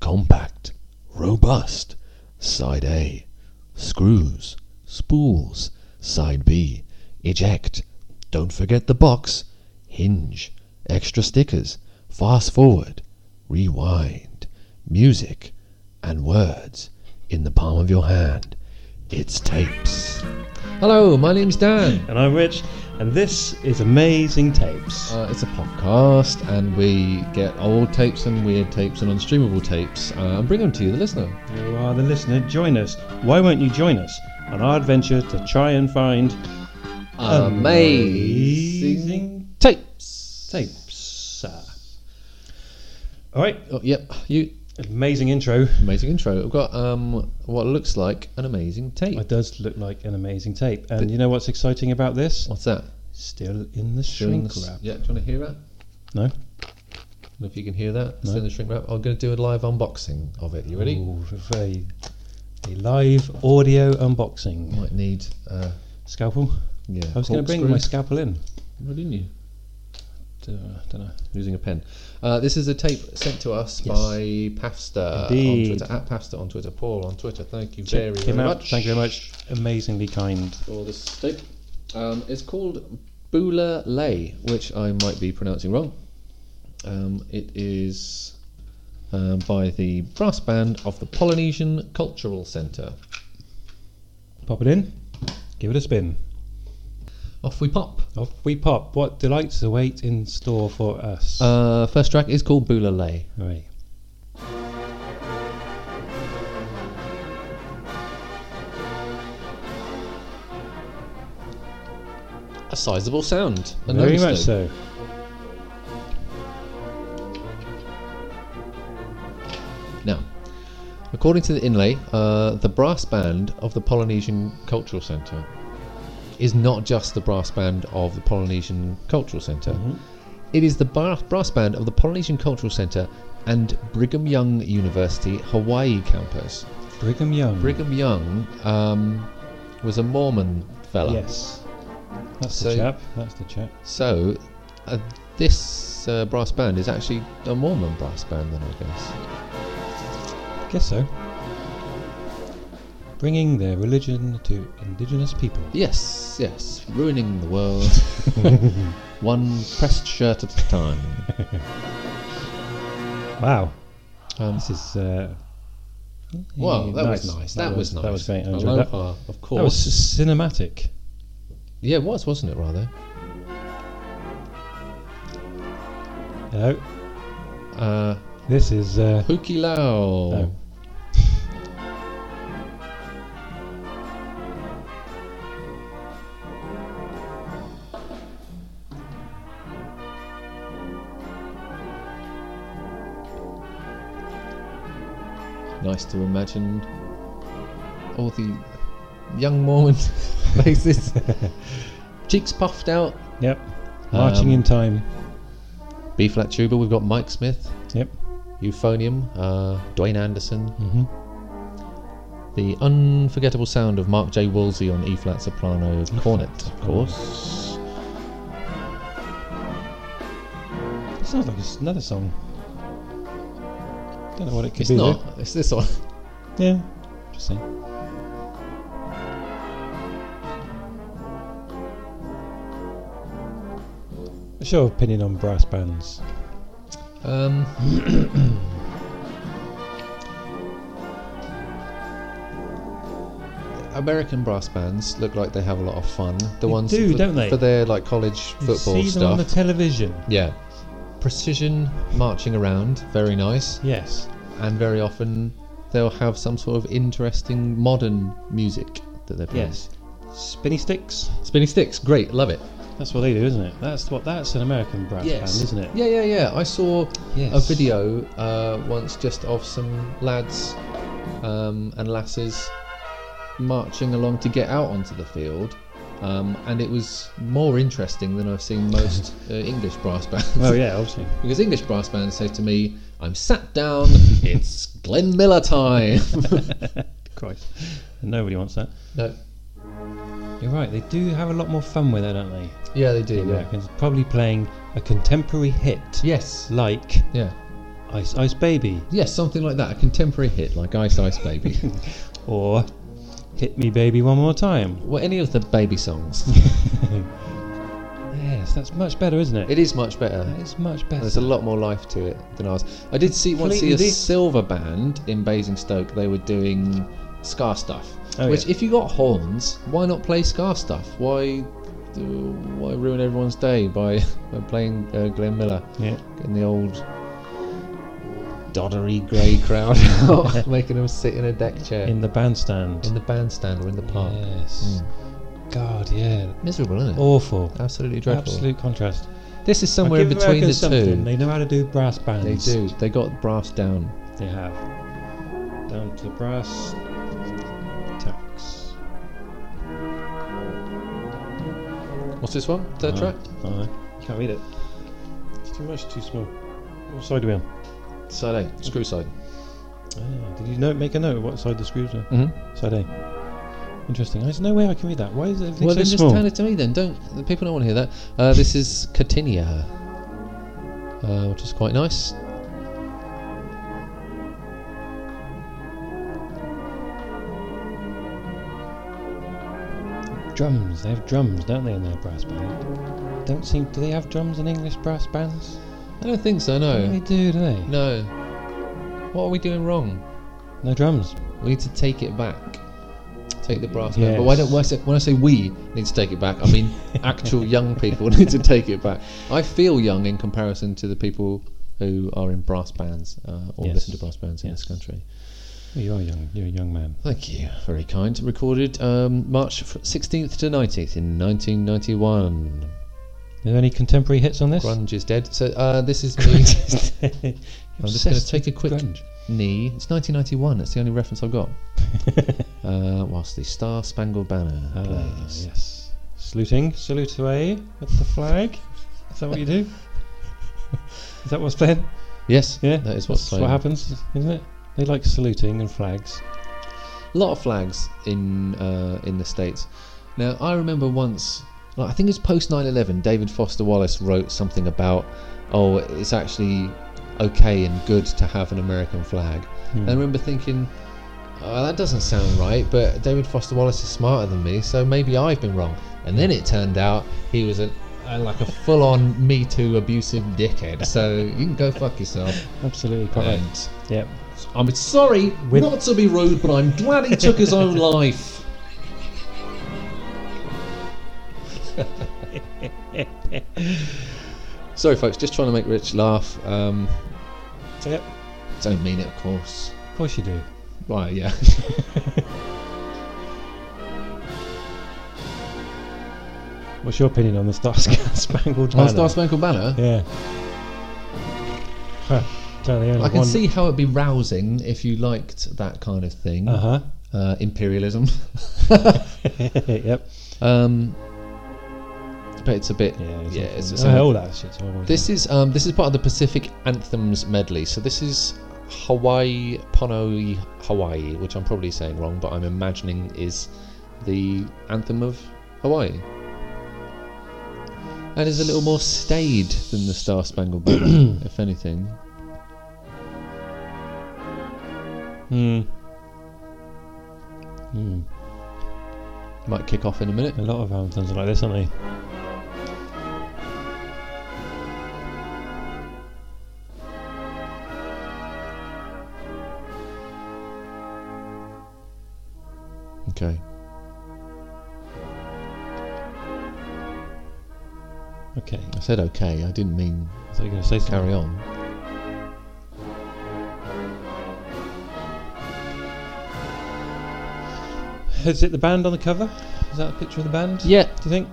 compact, robust, side A, screws, spools, side B, eject, don't forget the box, hinge, extra stickers, fast forward, rewind, music, and words in the palm of your hand. It's tapes. Hello, my name's Dan. And I'm Rich, and this is Amazing Tapes. Uh, it's a podcast, and we get old tapes and weird tapes and unstreamable tapes uh, and bring them to you, the listener. You are the listener, join us. Why won't you join us on our adventure to try and find Amazing tapes. tapes? Uh, All right, Oh, yep, you amazing intro. amazing intro. I've got um what looks like an amazing tape. It does look like an amazing tape. And you know what's exciting about this? What's that? Still in the Doing shrink this- wrap. Yeah, do you want to hear that? No? I don't know if you can hear that. It's No. in the shrink wrap. I'm going to do a live unboxing of it. You ready? Ooh, a, a live audio unboxing. Might need. Uh, Scalpel? yeah. I was going to bring corkscrew. my scalpel in. Why didn't you? don't know. using a pen. Uh, this is a tape sent to us Yes. by Pafster on Indeed. Twitter, at Pafster on Twitter, Paul on Twitter. Thank you very, Check very him out. much. Thank you very much. Amazingly kind. for this tape. Um, it's called Bula Lay, which I might be pronouncing wrong. Um, it is um, by the brass band of the Polynesian Cultural Centre. Pop it in. Give it a spin. Off we pop. Off we pop. What delights await in store for us? Uh, first track is called Bula Lay. Hooray. A sizable sound. A Very notice much though. so. Now, according to the inlay, uh, the brass band of the Polynesian Cultural Centre is not just the brass band of the Polynesian Cultural centre It is the bar- brass band of the Polynesian Cultural Centre and Brigham Young University Hawaii campus. Brigham Young. Brigham Young um, was a Mormon fella. Yes. That's So- the chap. That's the chap. So, uh, this uh, brass band is actually a Mormon brass band, then, I guess. Guess so. Bringing their religion to indigenous people. Yes, yes, ruining the world one pressed shirt at a time. Wow. Um, This is. Uh, well, that was nice. That, was, nice. That was great. I enjoyed that. Aloha, of course. That was cinematic. Yeah, it was, wasn't it? Rather. Hello. Uh, This is. Uh, Puki Lao. Oh. Nice to imagine all the young Mormon faces, cheeks puffed out. Yep. Marching Um, in time. B flat tuba. We've got Mike Smith, Yep. euphonium. Uh, Dwayne Anderson. Mm-hmm. The unforgettable sound of Mark J. Woolsey on E flat soprano cornet, of course. Sounds like it's another song. Don't know what it could It's be. though. not. It's this one. Yeah. Just saying. What's your opinion on brass bands? Um, American brass bands look like they have a lot of fun. The They ones do, for, don't they? for their like college football you see them on stuff. the television. yeah, precision marching around, very nice, Yes. and very often they'll have some sort of interesting modern music that they're playing. Yes. Spinny sticks. Spinning sticks, great, love it. That's what they do, isn't it? That's what. That's an American brass band, isn't it? Yeah, yeah, yeah. I saw a Yes. video uh, once just of some lads um, and lasses marching along to get out onto the field. Um, and it was more interesting than I've seen most uh, English brass bands. Well, yeah, obviously. because English brass bands say to me, I'm sat down, it's Glenn Miller time. Christ. Nobody wants that. no. You're right. They do have a lot more fun with it, don't they? Yeah, they The do. Yeah. Americans probably playing a contemporary hit Yes. like Yeah. Ice Ice Baby Yes, something like that. A contemporary hit like Ice Ice Baby. or Hit Me Baby One More Time. well, any of the baby songs. Yes, that's much better, isn't it? It is much better. That is much better. There's a lot more life to it than ours. I did see once see a Completely. silver band in Basingstoke. They were doing scar stuff. Oh, which, yeah. if you got horns, why not play scar stuff? Why, do, why ruin everyone's day by, by playing uh, Glenn Miller Yeah. in the old doddery grey crowd, out, making them sit in a deck chair in, In the bandstand. the bandstand or in the park? Yes. God, yeah. Miserable, isn't it? Awful. Absolutely dreadful. Oh, Absolute contrast. This is somewhere I in give between Americans the something. two. They know how to do brass They bands. do. They got brass down. They have. Down to the brass tacks. What's this one? Third Oh, track? oh, can't read it. It's too much, too small. What side are we on? Side A, screw side. Ah, did you note, make a note of what side the screws are? Mm-hmm. Side A. Interesting. There's no way I can read that. Why is everything Well, so then just small? turn it to me then. Don't the people don't want to hear that. Uh, this is Catinia, uh, which is quite nice. Drums. They have drums, don't they, in their brass band? Don't seem. Do they have drums in English brass bands? I don't think so. They No, do, do they? no. What are we doing wrong? No drums. We need to take it back. Take the brass band. But why don't Yes. why say, when I say we need to take it back, I mean actual young people need to take it back. I feel young in comparison to the people who are in brass bands uh, or Yes. listen to brass bands in this Yes. country. Well, you are young. You're a young man. Thank you. Very kind. Recorded um, March f- 16th to 19th in 1991. Are there any contemporary hits on this? Grunge is dead. So uh, this is me. I'm just going to Obsessed take a with quick grunge. knee. It's 1991. That's the only reference I've got. uh, whilst the Star Spangled Banner Ah, plays. yes. Saluting. Salute away with the flag. Is that what you do? Is that what's playing? Yes. Yeah. That is That's what's what playing. happens, isn't it? They like saluting and flags. a lot of flags in uh, in the states. Now I remember once, like, I think it's post 9/11. David Foster Wallace wrote something about, oh, it's actually okay and good to have an American flag. And I remember thinking, oh, that doesn't sound right. But David Foster Wallace is smarter than me, so maybe I've been wrong. And then it turned out he was an uh, like a full-on Me Too abusive dickhead. So you can go fuck yourself. Absolutely correct. And Yep. I'm sorry With- not to be rude, but I'm glad he took his own life. sorry, folks, just trying to make Rich laugh. Um, Yep. don't mean it, of course. Of course you do. Right, yeah. What's your opinion on the Star Spangled Banner? On Star Spangled Banner, Yeah. Huh. Tell the only I can one- see how it'd be rousing if you liked that kind of thing. Uh Uh, imperialism. huh. yep. um, but it's a bit. Yeah. Yeah, it's awful. the same. oh, all that shit's horrible. This is um, this is part of the Pacific Anthems medley. So this is Hawaii Ponoi Hawaii, which I'm probably saying wrong, but I'm imagining is the anthem of Hawaii. And is a little more staid than the Star Spangled Banner, if anything. Hmm. Hmm. Might kick off in a minute. A lot of anthems are like this, aren't Okay. they? Okay. I said okay. I didn't mean I thought you were going to say something. carry on. Is it the band on the cover? Is that a picture of the band? Yeah, Do you think?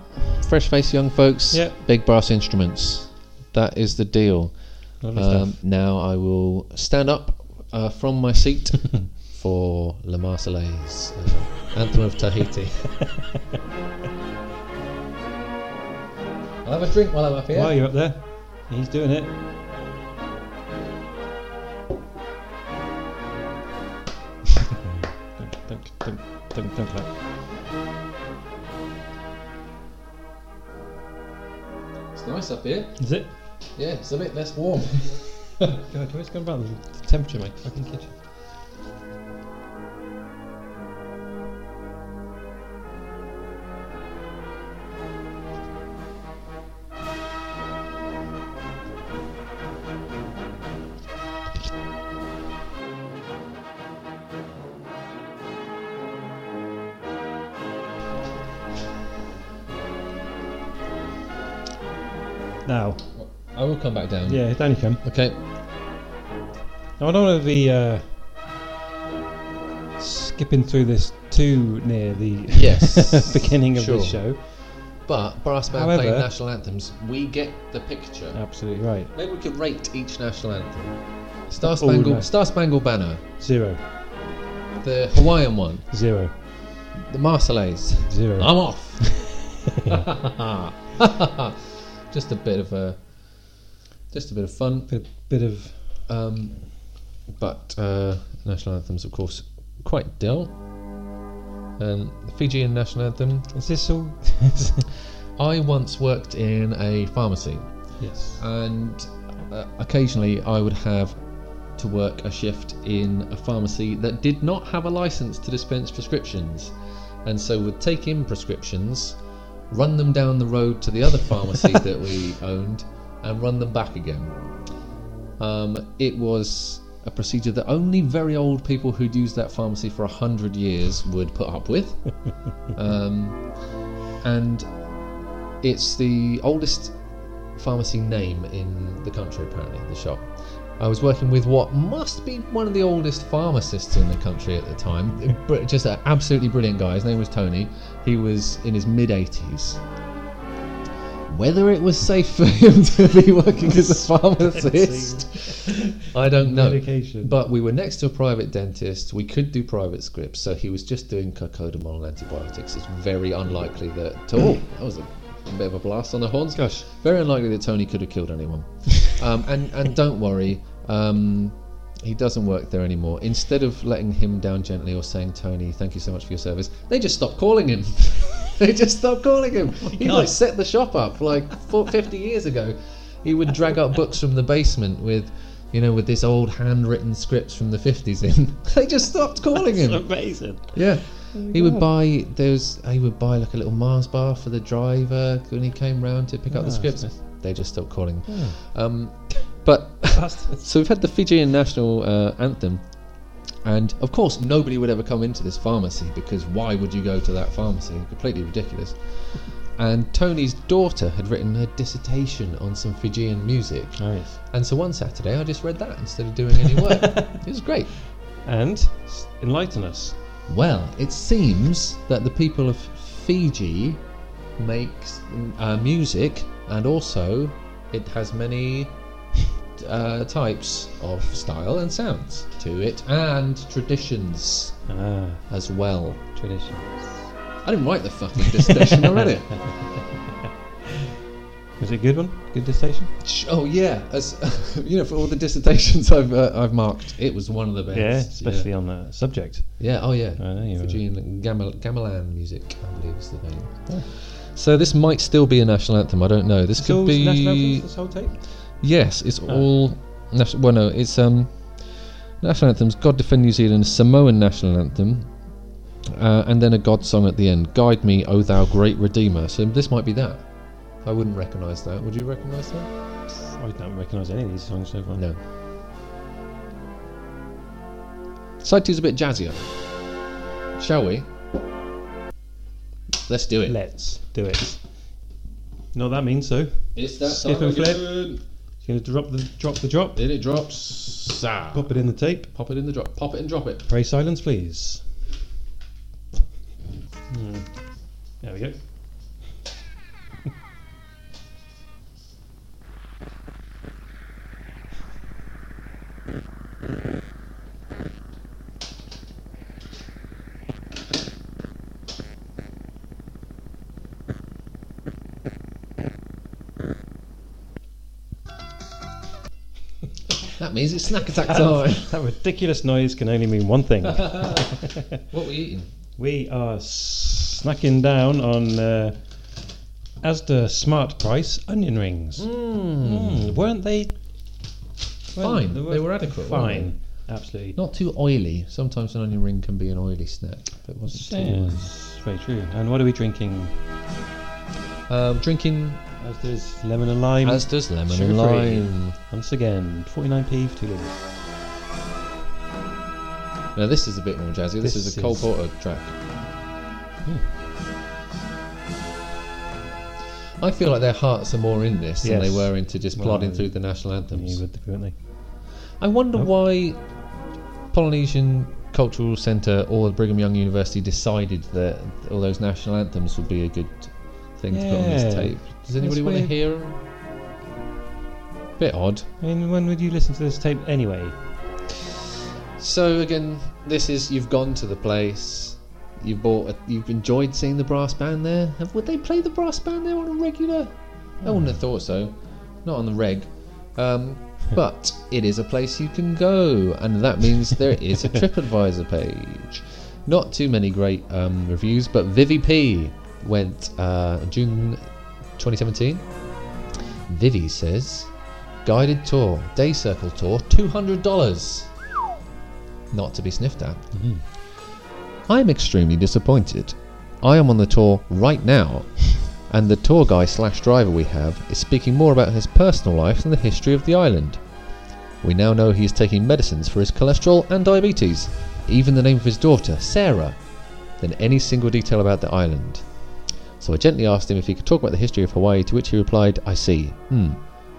fresh face, young folks. Yeah. Big brass instruments. That is the deal. Lovely Um, stuff. now I will stand up uh, from my seat for La Marseillaise, uh, anthem of Tahiti. I'll have a drink while I'm up here. While you're up there, he's doing it. don't, don't, don't, don't, don't clap. It's nice up here. Is it? Yeah, it's a bit less warm. God, what's going about? The temperature, mate. Fucking kitchen. Now, I will come back down. yeah, down you come. Okay. Now, I don't want to be uh, skipping through this too near the Yes. beginning of sure. the show. But brass band However- playing national anthems, we get the picture. Absolutely right. Maybe we could rate each national anthem. Star Oh, Spangled no. Star Spangled Banner, Zero, the Hawaiian one, zero, the Marseillaise. zero. I'm off. just a bit of a, just a bit of fun. Bit, bit of Um, but uh, national anthems, of course, quite dull. Um, the Fijian national anthem. is this all? I once worked in a pharmacy, yes. Uh, and uh, occasionally I would have to work a shift in a pharmacy that did not have a license to dispense prescriptions, and so would take in prescriptions, run them down the road to the other pharmacy that we owned, and run them back again. Um, it was a procedure that only very old people who'd used that pharmacy for a hundred years would put up with. um, and it's the oldest pharmacy name in the country, apparently, the shop. I was working with what must be one of the oldest pharmacists in the country at the time. Br- Just an absolutely brilliant guy. His name was Tony. He was in his mid 80s. Whether it was safe for him to be working as a pharmacist, I don't know. Medication. But we were next to a private dentist. We could do private scripts, so he was just doing cocodamol and antibiotics. It's very unlikely that. Oh, that was a bit of a blast on the horns. Gosh. Very unlikely that Tony could have killed anyone. um, and and don't worry, um, he doesn't work there anymore. Instead of letting him down gently or saying Tony, thank you so much for your service, they just stopped calling him. they just stopped calling him. He like set the shop up like four- 50 years ago. He would drag up books from the basement with. You know, with this old handwritten scripts from the 50s in, they just stopped calling him. amazing. Yeah. Oh He would buy there's he would buy like a little Mars bar for the driver when he came round to pick up the Ah, scripts. nice. They just stopped calling. him. Yeah. Um, but Bastards. so we've had the Fijian national uh, anthem, and of course nobody would ever come into this pharmacy because why would you go to that pharmacy? Completely ridiculous. And Tony's daughter had written her dissertation on some Fijian music, Nice. and so one Saturday I just read that instead of doing any work. it was great. And s- enlighten us. Well, it seems that the people of Fiji makes uh, music, and also it has many uh, types of style and sounds to it, and traditions Ah, as well. tradition. I didn't write the fucking dissertation. I read it. Was it a good one? Good dissertation? Sh- Oh yeah, as you know, for all the dissertations I've uh, I've marked, it was one of the best. yeah, especially on that subject. Yeah, oh yeah. I know you were- Fijian gamelan, gamelan music, I believe is the name. So this might still be a national anthem. I don't know. This It's all could national be. anthems, Oh. this whole tape? Yes, it's all national. Well, no, it's um national anthems. God defend New Zealand, Samoan national anthem, uh, and then a God song at the end. Guide me, O Thou Great Redeemer. So this might be that. I wouldn't recognise that. Would you recognise that? I don't recognise any of these songs so far. No. Side two's a bit jazzier. Shall we? Let's do it. Let's do it. No, that means so. It's that Skip time and flip. again. It's going to drop the drop the drop. Then it drops. Ah. Pop it in the tape. Pop it in the drop. Pop it and drop it. Pray silence, please. Hmm. There we go. That means it's snack attack time. That ridiculous noise can only mean one thing. what are we eating? we are snacking down on uh, Asda Smart Price onion rings. Mm, Hmm. weren't they Hmm. fine. They were adequate, weren't they? Fine. Absolutely. Not too oily. Sometimes an onion ring can be an oily snack, but it wasn't too Yeah, it's very true. And what are we drinking? oily. Um, drinking As there's lemon and lime. as does lemon sugar-free. and lime. Once again, 49p for two litres. Now this is a bit more jazzy. This, This is a Cole is- Porter track. I feel like their hearts are more in this than Yes. they were into just Well, plodding through the national anthems. You would, wouldn't they? I wonder Nope. why Polynesian Cultural Centre or Brigham Young University decided that all those national anthems would be a good thing to put on this Yeah. tape. Does anybody want to weird. hear 'em? Bit odd. I mean, when would you listen to this tape anyway? So again, this is you've gone to the place. You've bought. A, you've enjoyed seeing the brass band there. Have, would they play the brass band there on a regular? I wouldn't have thought so. Not on the reg. Um, but it is a place you can go, and that means there is a TripAdvisor page. Not too many great um, reviews, but Vivi P went uh, June 2017. Vivi says, guided tour, day circle tour, two hundred dollars not to be sniffed at. I am extremely disappointed. I am on the tour right now, and the tour guy slash driver we have is speaking more about his personal life than the history of the island. We now know he is taking medicines for his cholesterol and diabetes, even the name of his daughter, Sarah, than any single detail about the island. So I gently asked him if he could talk about the history of Hawaii, to which he replied, I see. Hmm,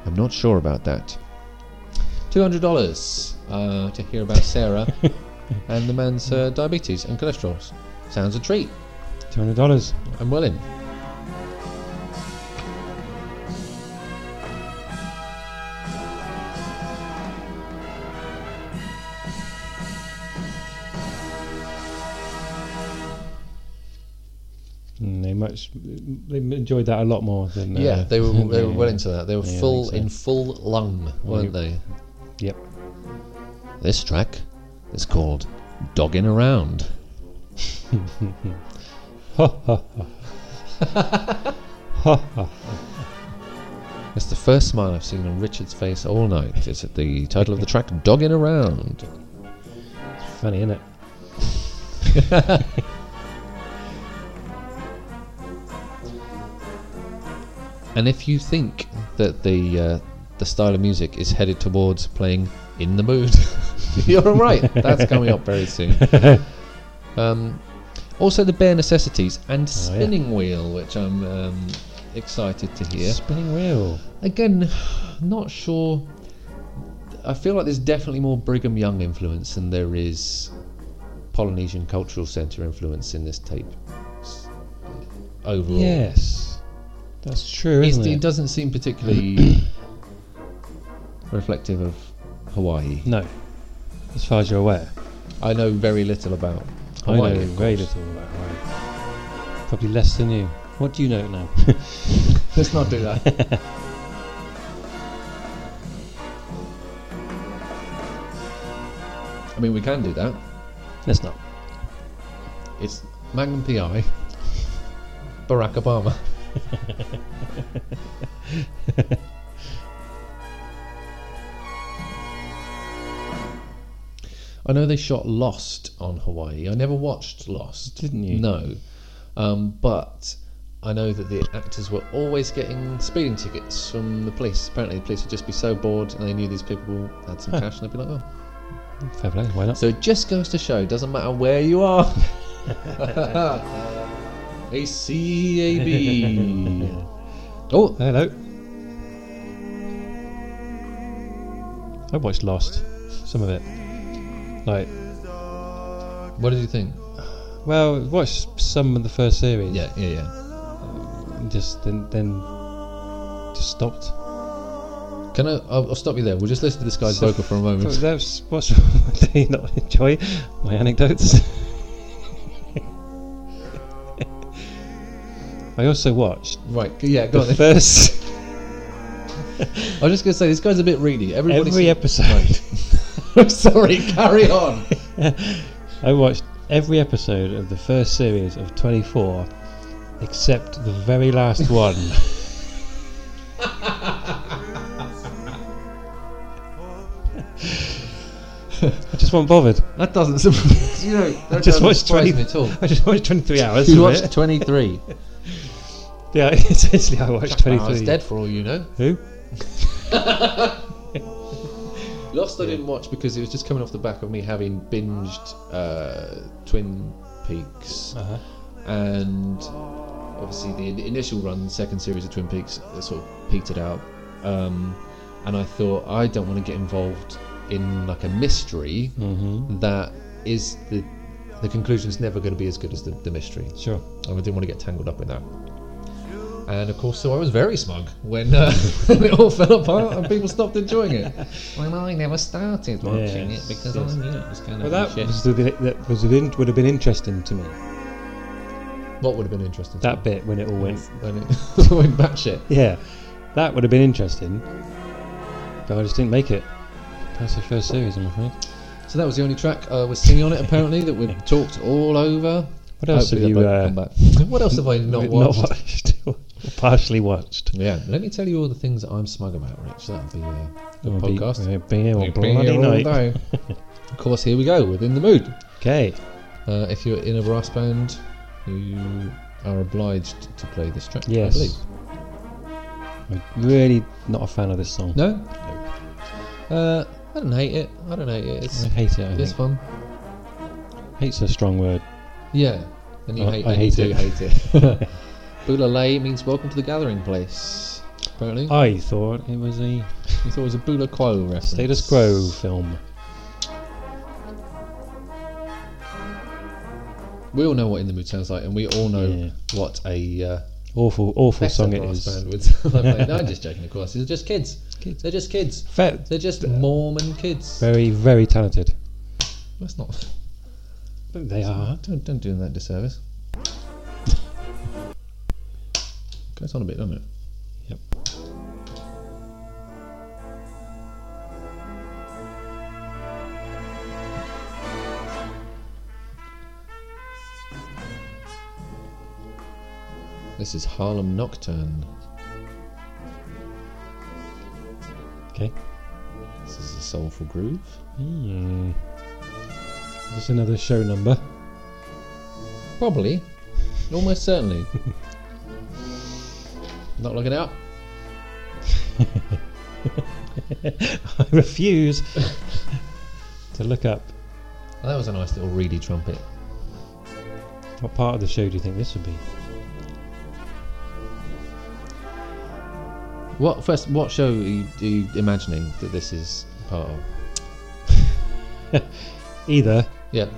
I'm not sure about that. $200 uh, to hear about Sarah and the man's uh, diabetes and cholesterol. Sounds a treat. $200. I'm well in. Mm, they much they enjoyed that a lot more than. uh, yeah, they were they were yeah. well into that. They were Yeah, I full think so. in full lung, weren't they? Yep. This track is called "Dogging Around." Ha ha ha. ha ha. It's the first smile I've seen on Richard's face all night. It's the title of the track "Dogging Around." Funny, isn't it? And if you think that the uh, the style of music is headed towards playing in the mood, you're right. That's coming up very soon. Um, also, the bare necessities and Oh, yeah. spinning wheel, which I'm um, excited to hear. Spinning wheel. Again, not sure. I feel like there's definitely more Brigham Young influence than there is Polynesian Cultural Centre influence in this tape. s- Overall, Yes. That's true, it's, isn't it it? doesn't seem particularly reflective of Hawaii. No. As far as you're aware. I know very little about I Hawaii. know of very course. little about Hawaii. Probably less than you. What do you know now? Let's not do that. I mean, we can do that. Let's not. It's Magnum PI, Barack Obama. I know they shot Lost on Hawaii. I never watched Lost. Didn't you? No. Um, but I know that the actors were always getting speeding tickets from the police. Apparently, the police would just be so bored and they knew these people had some Huh. cash and they'd be like, oh, Fair play. Why not? so it just goes to show, doesn't matter where you are. A C A B. Oh, Hello. I watched Lost. Some of it. Like, what did you think? well, watched some of the first series. Yeah, yeah, yeah. And just then, then just stopped. Can I? I'll, I'll stop you there. We'll just listen to this guy's So- vocal for a So moment. that's what's do you not enjoy my anecdotes? I also watched Right, yeah, go the on. Then. first I was just gonna say this guy's a bit reedy. Everybody's every episode. I'm sorry. Carry on. I watched every episode of the first series of 24 except the very last one. I just wasn't bothered. That doesn't surprise you know. That Just doesn't watch surprise me 20 at all. I just watched 23 hours You of watched it. 23. Yeah, essentially I watched I was 23. dead for all you know. Who? Lost I didn't watch because it was just coming off the back of me having binged uh, Twin Peaks Uh-huh. and obviously the in- initial run, the second series of Twin Peaks, uh, sort of petered out. Um, and I thought I don't want to get involved in like a mystery Mm-hmm. that is the the conclusion's never going to be as good as the, the mystery. Sure. I didn't want to get tangled up in that. And of course, so I was very smug when, uh, when it all fell apart and people stopped enjoying it. Well, I never started watching Yes, it because yes. I knew it was going to Well, well, that be shit. was the bit that was in, would have been interesting to me. What would have been interesting? That bit when it all went. when it went batshit. Yeah, that would have been interesting. But I just didn't make it. That's the first series, I'm afraid. So that was the only track I was singing on it. Apparently, that we've talked all over. What else Hopefully that have you bloke uh, come back. What else have I not watched? Not watched. Partially watched. Yeah, let me tell you all the things that I'm smug about, Rich. That'll be uh, the We'll be- podcast. we'll Be, here all We've been Oh, bloody here all night. day. of course, here we go. Within the mood. Okay. Uh, if you're in a brass band, you are obliged to play this track. I believe. Yes. I'm really not a fan of this song. No. Uh, I don't hate it. I don't hate it. It's I hate it. I it's fun. think. Hate's a strong word. Yeah. And you I- hate. Oh, I and hate you it. do hate it. Boulalay means welcome to the gathering place. Apparently, I thought it was a you thought it was a Bula Quo reference. status quo film. We all know what in the mood sounds like, and we all know Yeah. what a uh, Awful, awful better song it brass is. band would sound like. No, I'm just joking. Of course, they're just kids. Kids. They're just kids. Fe- They're just Mormon kids. Very, very talented. That's not. They are. Don't, don't do them that disservice. Goes on a bit, doesn't it? Yep. This is Harlem Nocturne. Okay. This is a soulful groove. Hmm. Is this another show number? Probably. Almost certainly. Not looking it up. I refuse to look up. Oh, that was a nice little reedy trumpet. What part of the show do you think this would be? What first? What show are you, are you imagining that this is part of? Either Yeah.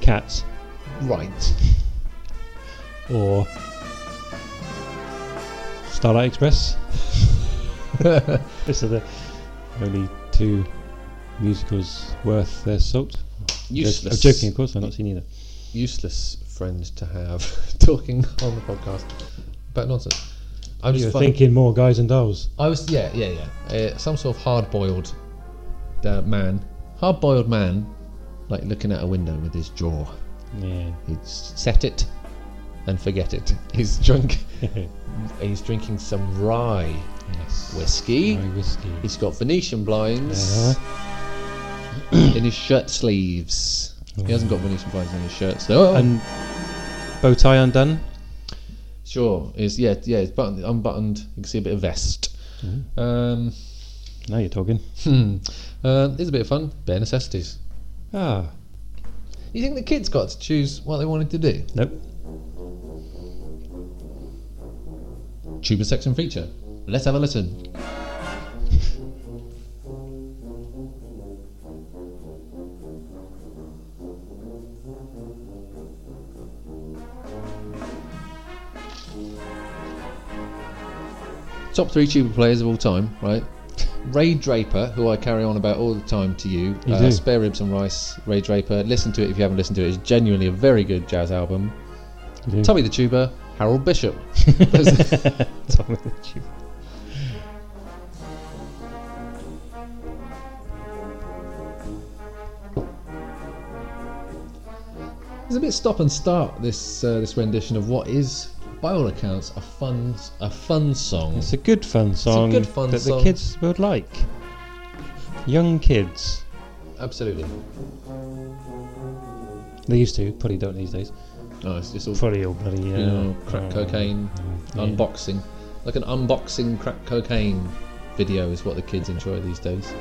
Cats Right. or Starlight Express. These are the only two musicals worth their salt. Useless. I'm joking, of course. I've not seen either. Useless friend to have talking on the podcast about nonsense. I'm just You're thinking. thinking more guys and dolls. I was yeah yeah yeah uh, some sort of hard boiled uh, man hard boiled man like looking at a window with his jaw Yeah. he'd s- set it and forget it he's drunk he's drinking some rye yes. whiskey Rye whiskey. he's got Venetian blinds Uh-huh. in his shirt sleeves he hasn't got Venetian blinds in his shirts though And bow tie undone. sure is yeah yeah it's buttoned unbuttoned you can see a bit of vest um Mm-hmm. Now you're talking. hmm uh, it's a bit of fun bare necessities Ah. You think the kids got to choose what they wanted to do? Nope. Tuba section feature. Let's have a listen. Top three tuba players of all time, right? Ray Draper, who I carry on about all the time to you. Uh, You do. Spare Ribs and Rice, Ray Draper. Listen to it if you haven't listened to it. It's genuinely a very good jazz album. You do. Tommy the Tuba, Harold Bishop. Tommy the Tube. It's a bit stop and start this uh, this rendition of what is, by all accounts, a fun a fun song. It's a good fun song good fun that song. the kids would like. Young kids. Absolutely. They used to, probably don't these days. No, it's, it's all Probably all bloody. Uh, you know, crack uh, cocaine, yeah. unboxing, like an unboxing crack cocaine video is what the kids enjoy these days.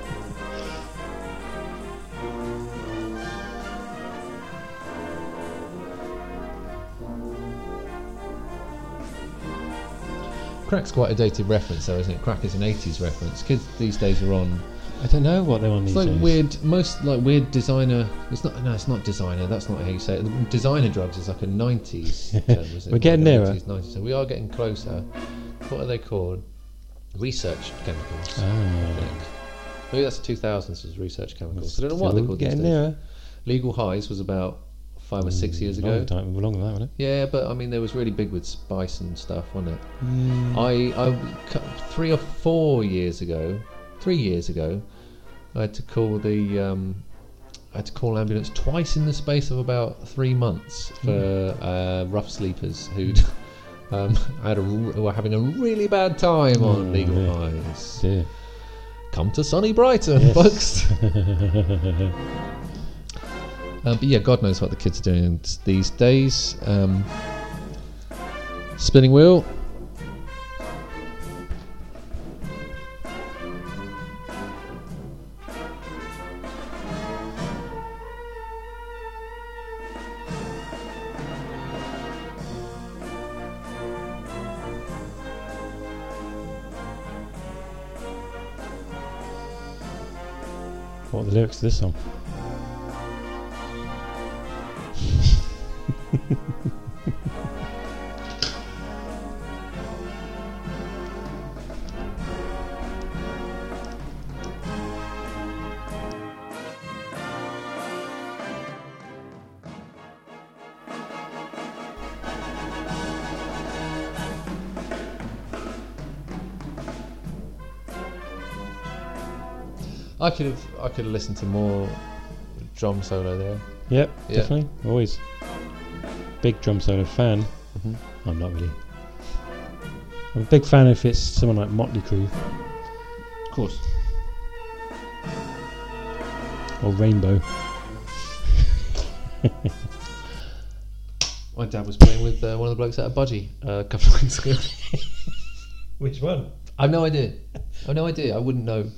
Crack's quite a dated reference, though, isn't it? Crack is an '80s reference. Kids these days are on I don't know what they're on these it's like days. weird, most like weird designer. It's not. No, it's not designer. That's not how you say it. Designer drugs is like a nineties. term, isn't it? We're getting Like a nearer. 90s, 90s. So we are getting closer. What are they called? Research chemicals. I Ah. think. Maybe that's two thousands was research chemicals. I don't know So what they're we're called. these Getting days. nearer. Mm, Legal highs was about five or six years Long ago. time, longer than that, wasn't it? Yeah, but I mean, there was really big with spice and stuff, wasn't it? Mm. I, I cu- three or four years ago, three years ago, I had to call the um, I had to call ambulance twice in the space of about three months for Hmm. uh, rough sleepers who'd um, had a, r- who were having a really bad time on Oh, legal yeah. highs. Dear. Come to sunny Brighton, Yes. folks. Um, but yeah, God knows what the kids are doing these days. Um, spinning wheel. what are the lyrics to this song? I could have I could have listened to more drum solo there. Yep, Yeah. definitely. Always. Big drum solo fan. Mhm. I'm not really. I'm a big fan if it's someone like Motley Crue Of course. or Rainbow. My dad was playing with uh, one of the blokes out of Budgie uh, a couple of weeks ago. Which one? I've no idea. I've no idea. I wouldn't know.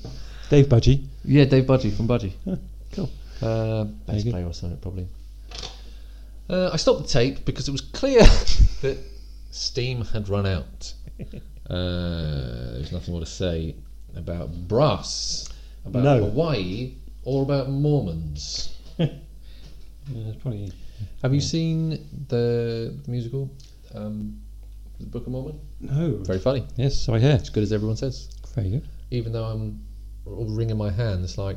Dave Budgie. Yeah, Dave Budgie from Budgie. cool. Uh, Very bass good. player or something, probably. Uh, I stopped the tape because it was clear that steam had run out. Uh, there was nothing more to say about brass, about No. Hawaii, or about Mormons. Yeah, probably. Have you seen the musical, um, The Book of Mormon? No. Very funny. Yes, so I hear. As good as everyone says. Very good. Even though I'm all wringing my hands, like,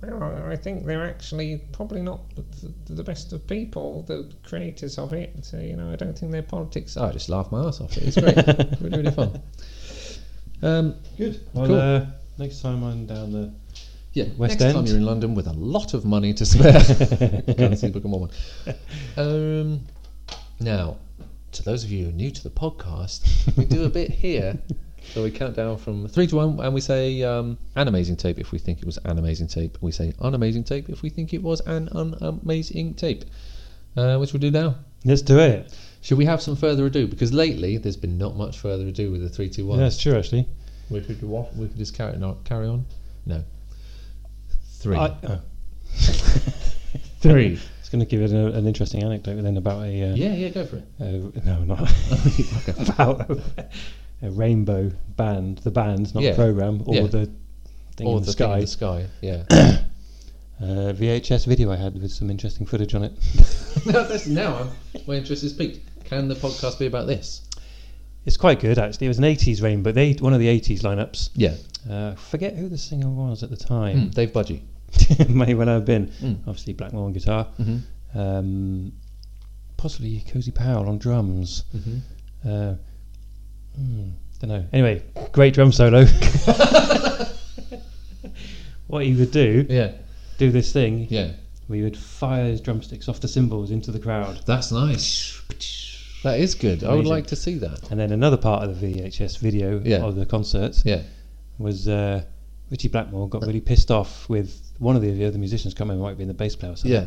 Well, I think they're actually probably not the, the best of people, the creators of it. So, you know, I don't think their politics oh, I just laugh my ass off. It's great. really, really fun. Um, Good. Well, Cool. uh, next time I'm down there. Yeah, West next time End. you're in London with a lot of money to spare, go and see Book of Mormon. Um, now, to those of you who are new to the podcast, we do a bit here. So we count down from three to one, and we say um, an amazing tape if we think it was an amazing tape. We say an amazing tape if we think it was an unamazing tape, uh, which we'll do now. Let's do it. Should we have some further ado? Because lately there's been not much further ado with the three, two, one. Yeah, that's true, actually. We could what? We could just carry on. Carry on. No. Three. I, oh, Three. I was going to give it a, an interesting anecdote then about a. Uh, Yeah, yeah, go for it. Uh, no, not about a rainbow band, the band, not Yeah. the program, or Yeah. the thing or in the, the sky. Thing in the sky. Yeah. Uh, VHS video I had with some interesting footage on it. now, that's, now I'm, my interest is piqued. Can the podcast be about this? It's quite good actually. It was an '80s rain, but they one of the '80s lineups. Yeah. Uh, I forget who the singer was at the time. Mm, Dave Budgie. May well have been Mm. obviously Blackmore on guitar, Mhm. um, possibly Cozy Powell on drums. Mhm. Uh, hmm, don't know. Anyway, great drum solo. what he would do Yeah. do this thing Yeah. where he would fire his drumsticks off the cymbals into the crowd. That's nice. That is good. I would Amazing. like to see that. And then another part of the VHS video Yeah. of the concert Yeah. was uh, Richie Blackmore got really pissed off with one of the, the other musicians. Can't remember, might be in the bass player or something. Yeah.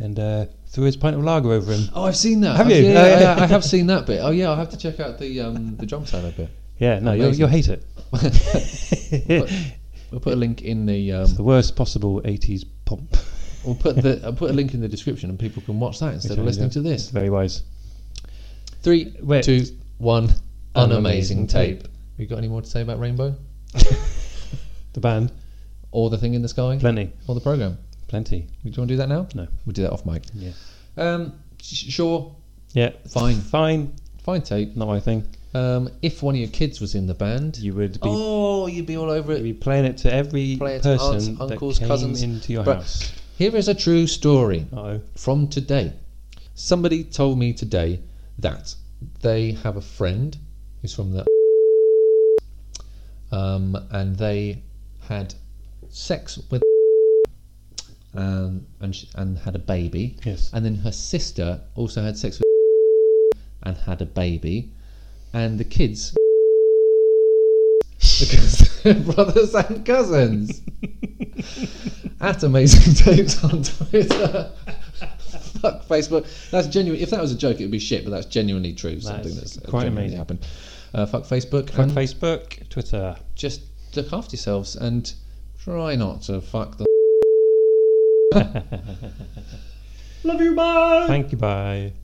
And uh, threw his pint of lager over him. Oh, I've seen that. Have I've- you? Yeah, Oh, yeah, yeah. yeah, I have seen that bit. Oh, yeah, I'll have to check out the um, the drum solo bit. Yeah, no, you'll, Amazing. you'll hate it. We'll put a link in the. It's the Um, worst possible 80s pomp. we'll put the. I'll put a link in the description, and people can watch that instead of listening to It's this. very wise. Three, Wait. two, one. An An amazing amazing tape. You got any more to say about Rainbow The band, or the thing in the sky plenty, or the program? plenty. Do you want to do that now? No. We'll do that off mic. Yeah. Um, sh- sure, Yeah, Fine. fine. fine tape. Not my thing. Um, if one of your kids was in the band, You would be, oh, you'd be all over you'd it. be playing it to every Play it to person aunts, uncles, that came cousins, into your but- house. Here is a true story Uh-oh. from today. Somebody told me today that they have a friend who's from the um, and they had sex with um, and sh and had a baby. Yes. And then her sister also had sex with and had a baby. And the kids. because they're brothers and cousins. At Amazing Tapes on Twitter. Fuck Facebook. That's genuine. If that was a joke, it would be shit, but that's genuinely true. Something that's quite genuinely amazing. happened. Uh, fuck Facebook. On and Facebook, Twitter. just look after yourselves and try not to fuck the. Oh. Thank you, bye.